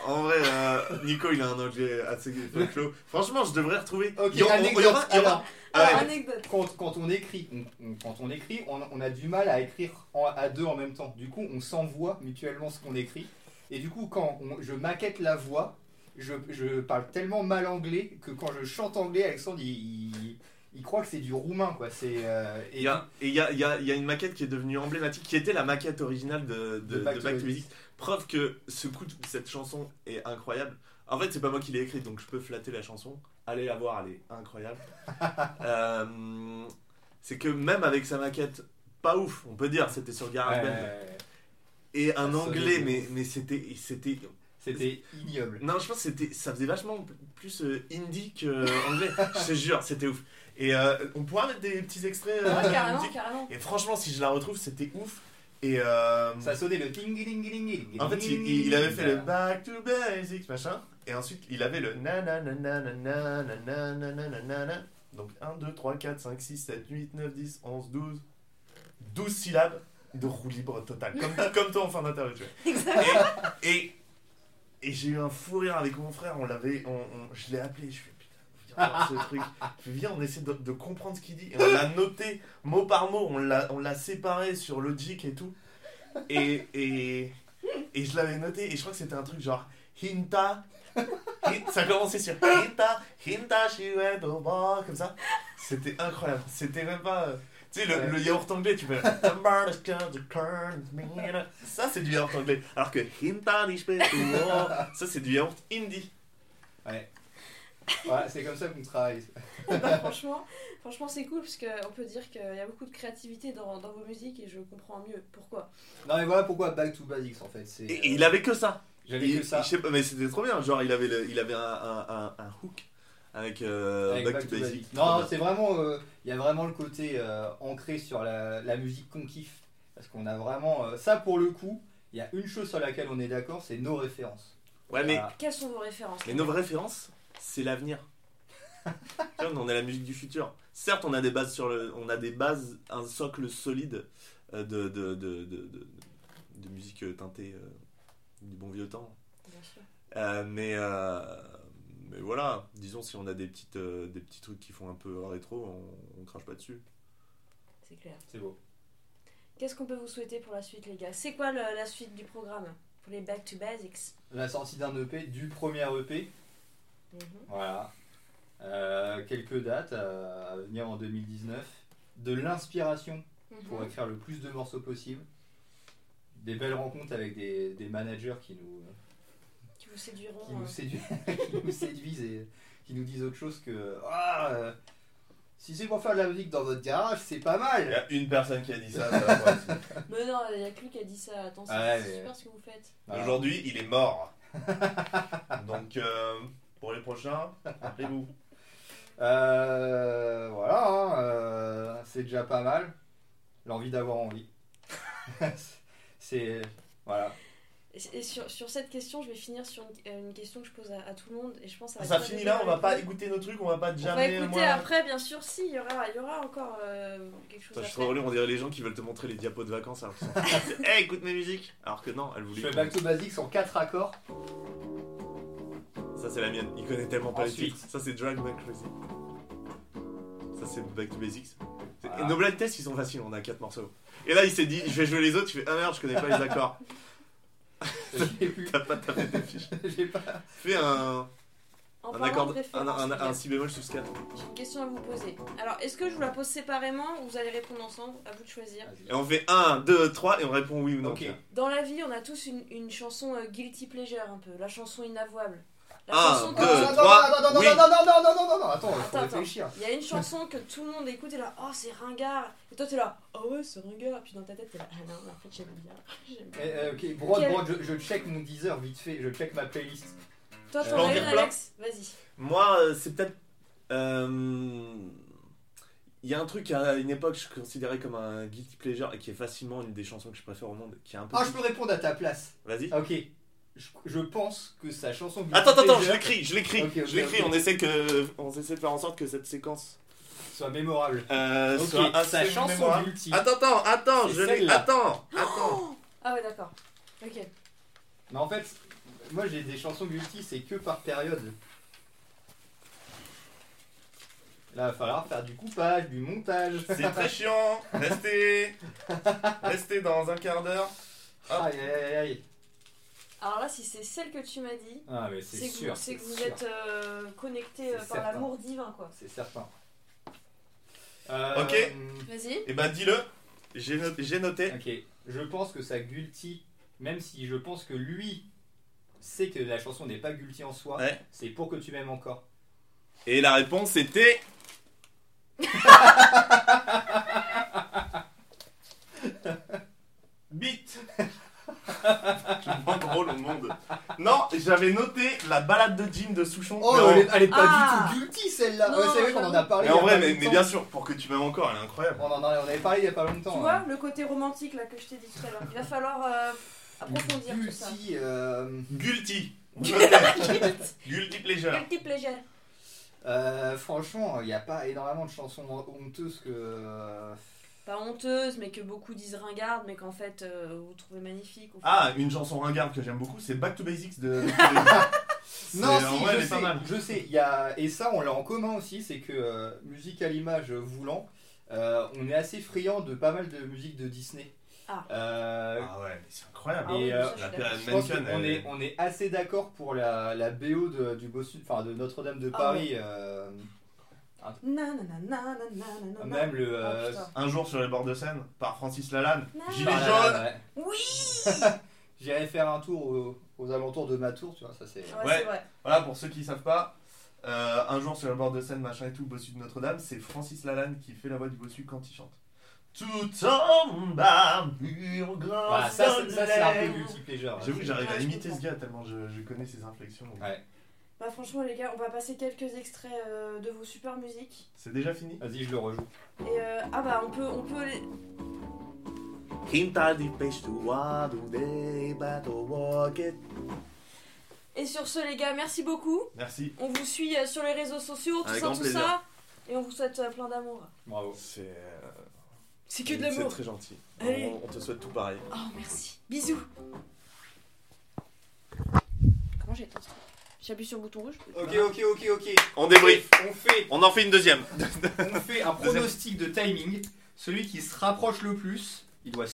Speaker 3: en vrai, euh, Nico, il a un anglais assez chaud. Franchement, je devrais retrouver.
Speaker 1: Ok,
Speaker 3: Il y aura- il y aura-
Speaker 1: anecdote.
Speaker 3: il y aura-
Speaker 1: Alors,
Speaker 3: Ah ouais.
Speaker 2: Alors, anecdote.
Speaker 1: quand, quand on écrit, on, on- quand on, écrit on, on a du mal à écrire en- à deux en même temps. Du coup, on s'envoie mutuellement ce qu'on écrit. Et du coup, quand on- je maquette la voix, je, je parle tellement mal anglais que quand je chante anglais, Alexandre, il, il- il croit que c'est du roumain. Quoi. C'est, euh, et
Speaker 3: Il y a, et il y, a, il y a- il y a une maquette qui est devenue emblématique, qui était la maquette originale de, de, de Back, to Basics. Preuve que ce coup de- cette chanson est incroyable. En fait, c'est pas moi qui l'ai écrite, donc je peux flatter la chanson. Allez la voir, elle est
Speaker 1: (laughs)
Speaker 3: incroyable. Euh, c'est que même avec sa maquette pas ouf, on peut dire, c'était sur GarageBand.
Speaker 1: Ouais,
Speaker 3: Et un
Speaker 1: Ça
Speaker 3: anglais,
Speaker 1: sonne de
Speaker 3: mais,
Speaker 1: ouf.
Speaker 3: mais c'était, c'était.
Speaker 1: c'était ignoble.
Speaker 3: Non, je pense que c'était, ça faisait vachement p- plus euh, indie que euh,
Speaker 1: (laughs)
Speaker 3: anglais. je te jure, c'était ouf. Et euh, on pourra mettre des petits extraits. euh,
Speaker 2: Ah,
Speaker 3: de
Speaker 2: carrément,
Speaker 3: musique
Speaker 2: carrément.
Speaker 3: et franchement, si je la retrouve, c'était ouf. Et euh,
Speaker 1: Ça sonnait le ting ding ding ding
Speaker 3: en fait, il, il- il avait fait le back to basics, machin. Et ensuite, il avait le na na na na na na na na na na na na na. Donc 1, 2, 3, 4, 5, 6, 7, 8, 9, 10, 11, 12. 12 syllabes de roue libre totale. Comme, comme toi en fin d'interview, tu vois.
Speaker 2: Exact.
Speaker 3: Et, et j'ai eu un fou rire avec mon frère. On l'avait, on, on- je l'ai appelé. Je fais putain, viens voir ce truc. Je fais, viens, on essaie de, de comprendre ce qu'il dit. Et on l'a noté mot par mot. On l'a, on l'a séparé sur logique et tout. Et, et, et je l'avais noté. Et je crois que c'était un truc genre hinta. Hin- Ça commençait sur hinta, hinta, shiwedoba, comme ça. C'était incroyable. C'était même pas. euh, Tu sais, le,
Speaker 1: Ouais.
Speaker 3: le yaourt anglais, tu fais. Ça, c'est du yaourt anglais. Alors que hinta, nishipetuo, ça, c'est du yaourt hindi.
Speaker 1: Voilà, c'est comme ça qu'on travaille.
Speaker 2: (laughs) Bah, franchement, franchement c'est cool parce qu'on peut dire qu'il y a beaucoup de créativité dans, dans vos musiques et je comprends mieux pourquoi.
Speaker 1: Non, mais voilà pourquoi Back to Basics en fait. c'est- euh,
Speaker 3: Et, et il avait que ça.
Speaker 1: J'avais
Speaker 3: Il-
Speaker 1: que ça.
Speaker 3: Je sais pas, mais c'était trop bien. Genre, il avait, le- il avait un, un- un- un hook avec, euh,
Speaker 1: Avec
Speaker 3: Back,
Speaker 1: Back
Speaker 3: to
Speaker 1: to
Speaker 3: Basics.
Speaker 1: Basics. Non, non, c'est vraiment. euh, Il y a vraiment le côté euh, ancré sur la, la musique qu'on kiffe. Parce qu'on a vraiment. euh, ça, pour le coup, il y a une chose sur laquelle on est d'accord, c'est nos références.
Speaker 3: Ouais, mais,
Speaker 1: Ah,
Speaker 2: Quelles sont vos références
Speaker 3: mais nos références, c'est l'avenir.
Speaker 1: (laughs)
Speaker 3: Tu vois, on a la musique du futur. Certes, on a des bases sur le, on a des bases, un socle solide euh, de, de, de, de- de- de musique euh, teintée euh, du bon vieux temps.
Speaker 2: Bien sûr.
Speaker 3: Euh, mais, euh, mais voilà, disons si on a des petites, euh, des petits trucs qui font un peu rétro, on, on crache pas dessus.
Speaker 2: C'est clair.
Speaker 1: c'est beau.
Speaker 2: Qu'est-ce qu'on peut vous souhaiter pour la suite, les gars C'est quoi le- la suite du programme Pour les Back to Basics
Speaker 1: La sortie d'un EP, du premier EP.
Speaker 2: Mhm.
Speaker 1: Voilà. Euh, quelques dates euh, à venir en 2019. De l'inspiration
Speaker 2: Mhm.
Speaker 1: pour écrire le plus de morceaux possible. Des belles rencontres avec des, des managers qui nous,
Speaker 2: Qui vous séduiront.
Speaker 1: qui,
Speaker 2: euh,
Speaker 1: nous séduisent, (laughs) qui nous séduisent et qui nous disent autre chose que Ah, euh, si c'est pour faire de la musique dans votre garage, c'est pas
Speaker 3: Il
Speaker 1: mal.
Speaker 3: y a une personne qui a dit (laughs) ça. ça va pas, c'est-
Speaker 2: Mais non, il y a que lui qui a dit ça. Attends, c'est
Speaker 3: Ah
Speaker 1: Ouais,
Speaker 2: c'est
Speaker 1: mais-
Speaker 2: super ce que vous faites.
Speaker 1: Voilà.
Speaker 3: Aujourd'hui, il est mort. (laughs) Donc, euh, pour les prochains, rappelez-vous.
Speaker 1: Euh, voilà, hein, euh, c'est déjà pas mal. L'envie d'avoir envie. (laughs) c'est voilà.
Speaker 2: Et, et sur, sur cette question, je vais finir sur une, euh, une question que je pose à, à tout le monde et je pense que
Speaker 3: Ça
Speaker 2: va
Speaker 3: finit
Speaker 2: donner
Speaker 3: là, on va
Speaker 2: la
Speaker 3: pas
Speaker 2: réponse.
Speaker 3: écouter nos trucs, on va pas
Speaker 2: On va
Speaker 3: jamais.
Speaker 2: écouter
Speaker 3: moi-
Speaker 2: Bah, après, bien sûr, si, il y aura, il y aura encore euh, quelque chose
Speaker 3: Putain, je
Speaker 2: à
Speaker 3: suis trop relou, on dirait les gens qui veulent te montrer les diapos de vacances alors qu'ils (laughs) sont- Eh, écoute mes musiques Alors que non, elle
Speaker 1: Je
Speaker 3: voulait.
Speaker 1: fais back to basics en quatre
Speaker 3: (laughs)
Speaker 1: accords.
Speaker 3: Ça, c'est la mienne. Il connaît tellement pas les
Speaker 1: Ensuite.
Speaker 3: titres. Ça, c'est Drag Me Crazy. Ça, c'est Back to Basics. C'est-
Speaker 1: Voilà.
Speaker 3: Et nos blind tests, ils sont faciles, on a 4 morceaux. Et là, il s'est dit, je vais jouer les autres, tu fais, ah merde, je connais pas les accords. (laughs)
Speaker 1: J'ai plus. (laughs)
Speaker 3: T'as pas tapé tes fiches.
Speaker 1: J'ai pas.
Speaker 3: Fais un,
Speaker 2: En
Speaker 3: un
Speaker 2: parlant de
Speaker 3: accord, un,
Speaker 2: référence,
Speaker 3: un,
Speaker 2: les
Speaker 3: un,
Speaker 2: gars,
Speaker 3: si bémol sus 4.
Speaker 2: J'ai une question à vous poser. Alors, est-ce que je vous la pose séparément ou vous allez répondre ensemble À vous de choisir.
Speaker 3: Et on fait 1, 2, 3 et on répond oui ou non.
Speaker 1: Ok.
Speaker 2: Dans la vie, on a tous une, une chanson euh, guilty pleasure un peu, la chanson inavouable. La
Speaker 3: Un,
Speaker 2: chanson
Speaker 3: deux,
Speaker 1: non, non, non,
Speaker 3: trois,
Speaker 1: non, non,
Speaker 3: oui.
Speaker 1: non, non, non, non, non, non, non, attends, faut
Speaker 2: Attends, attends.
Speaker 1: réfléchir.
Speaker 2: Il y a une chanson que tout le monde écoute et là, oh c'est ringard. Et toi t'es là, oh ouais c'est ringard. Puis dans ta tête t'es là, ah non, mais en fait j'aime bien. (laughs) J'aime bien.
Speaker 1: Eh, eh, ok, Broad,
Speaker 2: Quel-
Speaker 1: Broad, je, je check mon Deezer vite fait, je check ma playlist.
Speaker 2: Toi,
Speaker 3: Je peux
Speaker 2: t'en
Speaker 3: en
Speaker 2: as une,
Speaker 3: dire plein
Speaker 2: Alex Vas-y.
Speaker 5: Moi, euh, c'est peut-être. euh, Il y a un truc à une époque je considérais comme un guilty pleasure et qui est facilement une des chansons que je préfère au monde, qui est un peu.
Speaker 1: Ah, je peux répondre à ta place.
Speaker 5: Vas-y.
Speaker 1: Ah, ok. Je, je pense que sa chanson. Guilty
Speaker 5: Attends, attends, attends, je
Speaker 1: Pleasure
Speaker 5: l'écris, je l'écris,
Speaker 1: Ah, Ok, ok,
Speaker 5: je l'écris.
Speaker 1: ok.
Speaker 5: On essaie que, on essaie de faire en sorte que cette séquence
Speaker 1: Soit mémorable.
Speaker 5: euh,
Speaker 1: Ok,
Speaker 5: soit assez
Speaker 1: sa chanson
Speaker 5: mémorable. Ah.
Speaker 1: guilty.
Speaker 5: Attends, attends, attends,
Speaker 1: C'est
Speaker 5: je l'ai-
Speaker 1: celle-là. Oh.
Speaker 5: attends, attends.
Speaker 2: Ah ouais, d'accord. Ok.
Speaker 1: Mais en fait, moi j'ai des chansons guilty, c'est que par période. Là, va falloir faire du coupage, du montage.
Speaker 3: C'est très chiant. Restez. Restez dans un quart d'heure.
Speaker 5: Ah.
Speaker 1: Aïe aïe aïe aïe.
Speaker 2: Alors là, si c'est celle que tu m'as dit,
Speaker 1: Ah, mais c'est
Speaker 2: c'est que,
Speaker 1: sûr.
Speaker 2: vous- c'est que vous
Speaker 1: sûr.
Speaker 2: êtes euh, connecté euh,
Speaker 1: C'est
Speaker 2: par
Speaker 1: certain.
Speaker 2: l'amour divin, quoi.
Speaker 1: C'est certain. Euh,
Speaker 3: Ok.
Speaker 2: Vas-y.
Speaker 3: Et bah dis-le.
Speaker 5: Eh ben, J'ai noté, j'ai noté.
Speaker 1: Ok, je pense que ça guilty, même si je pense que lui sait que la chanson n'est pas guilty en soi,
Speaker 5: Ouais.
Speaker 1: c'est pour que tu m'aimes encore.
Speaker 5: Et la réponse
Speaker 1: (laughs)
Speaker 5: était.
Speaker 3: (laughs) Beat Le moins drôle au monde. Non, j'avais noté la balade de Jim de Souchon. mais, en-
Speaker 1: Oh, est
Speaker 2: pas Ah. du tout
Speaker 1: guilty celle-là.
Speaker 2: Non,
Speaker 1: Ouais, c'est vrai qu'on en a parlé.
Speaker 3: mais
Speaker 1: il y a
Speaker 3: en vrai,
Speaker 1: pas
Speaker 3: mais,
Speaker 1: longtemps.
Speaker 3: mais bien sûr, pour que tu m'aimes encore, elle est incroyable.
Speaker 1: On en a- on avait parlé il y a pas longtemps.
Speaker 2: Tu
Speaker 1: hein.
Speaker 2: vois, le côté romantique, là, que je t'ai dit tout à l'heure. Il va falloir euh, approfondir
Speaker 1: (laughs)
Speaker 2: tout ça.
Speaker 1: Guilty, euh, (laughs)
Speaker 3: Guilty.
Speaker 2: Guilty
Speaker 3: Guilty pleasure.
Speaker 2: pleasure.
Speaker 1: euh, franchement, il n'y a pas énormément de chansons honteuses que.
Speaker 2: Pas honteuse, mais que beaucoup disent ringarde, mais qu'en fait, euh, vous trouvez magnifique. au fond.
Speaker 3: Ah, une chanson ringarde que j'aime beaucoup, c'est Back to Basics de.
Speaker 1: (laughs)
Speaker 3: C'est-
Speaker 1: Non,
Speaker 3: en
Speaker 1: si,
Speaker 3: vrai,
Speaker 1: je,
Speaker 3: elle est
Speaker 1: sais,
Speaker 3: pas mal.
Speaker 1: je sais. il Y a, et ça, on l'a en commun aussi, c'est que euh, musique à l'image voulant, euh, on est assez friand de pas mal de musique de Disney.
Speaker 2: Ah.
Speaker 1: Euh,
Speaker 3: Ah ouais, mais c'est incroyable.
Speaker 2: Ah oui,
Speaker 1: et,
Speaker 2: mais ça,
Speaker 1: euh,
Speaker 2: je
Speaker 3: La
Speaker 2: suis d'accord.
Speaker 3: période
Speaker 1: je pense
Speaker 3: Mannequin,
Speaker 1: qu'on
Speaker 3: elle-
Speaker 1: est, on est assez d'accord pour la, la BO de, du bossu, enfin, de Notre-Dame de
Speaker 2: Ah
Speaker 1: Paris. euh,
Speaker 2: Na, na, na, na, na, na, na, na, na.
Speaker 1: même le.
Speaker 2: Ah,
Speaker 1: euh,
Speaker 2: putain.
Speaker 3: Un jour sur les bords de Seine, par Francis Lalanne.
Speaker 2: Non.
Speaker 3: Gilet
Speaker 1: ah, là, là,
Speaker 3: jaune.
Speaker 1: là, ouais.
Speaker 2: Oui
Speaker 1: (laughs) J'irai faire un tour aux, aux alentours de ma tour, tu vois, ça c'est.
Speaker 2: Ouais,
Speaker 3: Ouais.
Speaker 2: c'est vrai.
Speaker 3: Voilà, pour ceux qui savent pas, euh, un jour sur le bord de Seine, machin et tout, bossu de Notre-Dame, c'est Francis Lalanne qui fait la voix du bossu quand il chante. Tout en barbure,
Speaker 2: Oh,
Speaker 3: grand
Speaker 1: Voilà, ça, c'est- ça, c'est un peu
Speaker 3: soleil.
Speaker 1: guilty pleasure.
Speaker 3: J'avoue que j'arrive
Speaker 2: Ouais,
Speaker 3: à
Speaker 2: je
Speaker 3: imiter ce
Speaker 2: comprends.
Speaker 3: gars tellement je, je connais ses inflexions.
Speaker 1: Ouais.
Speaker 2: Bah franchement les gars, on va passer quelques extraits euh, de vos super musiques.
Speaker 3: C'est déjà fini
Speaker 1: Vas-y, je le rejoue.
Speaker 2: Et euh, ah bah on peut on peut les...
Speaker 5: Hinta di pestua du dei bato woket.
Speaker 2: Et sur ce les gars, merci beaucoup.
Speaker 3: Merci.
Speaker 2: On vous suit euh, sur les réseaux sociaux, tout
Speaker 5: Avec
Speaker 2: ça,
Speaker 5: grand
Speaker 2: tout
Speaker 5: plaisir.
Speaker 2: ça. Et on vous souhaite euh, plein d'amour.
Speaker 1: Bravo.
Speaker 5: C'est euh,
Speaker 2: C'est que de
Speaker 5: c'est
Speaker 2: l'amour.
Speaker 5: très gentil.
Speaker 2: Allez.
Speaker 5: On, on te souhaite tout pareil.
Speaker 2: Oh merci. Bisous. Comment j'ai été J'appuie sur le bouton rouge.
Speaker 1: Ok, ok, ok, ok.
Speaker 5: On débrief.
Speaker 1: On fait,
Speaker 5: On en fait une deuxième.
Speaker 1: on fait un pronostic de timing. Celui qui se rapproche le plus, il doit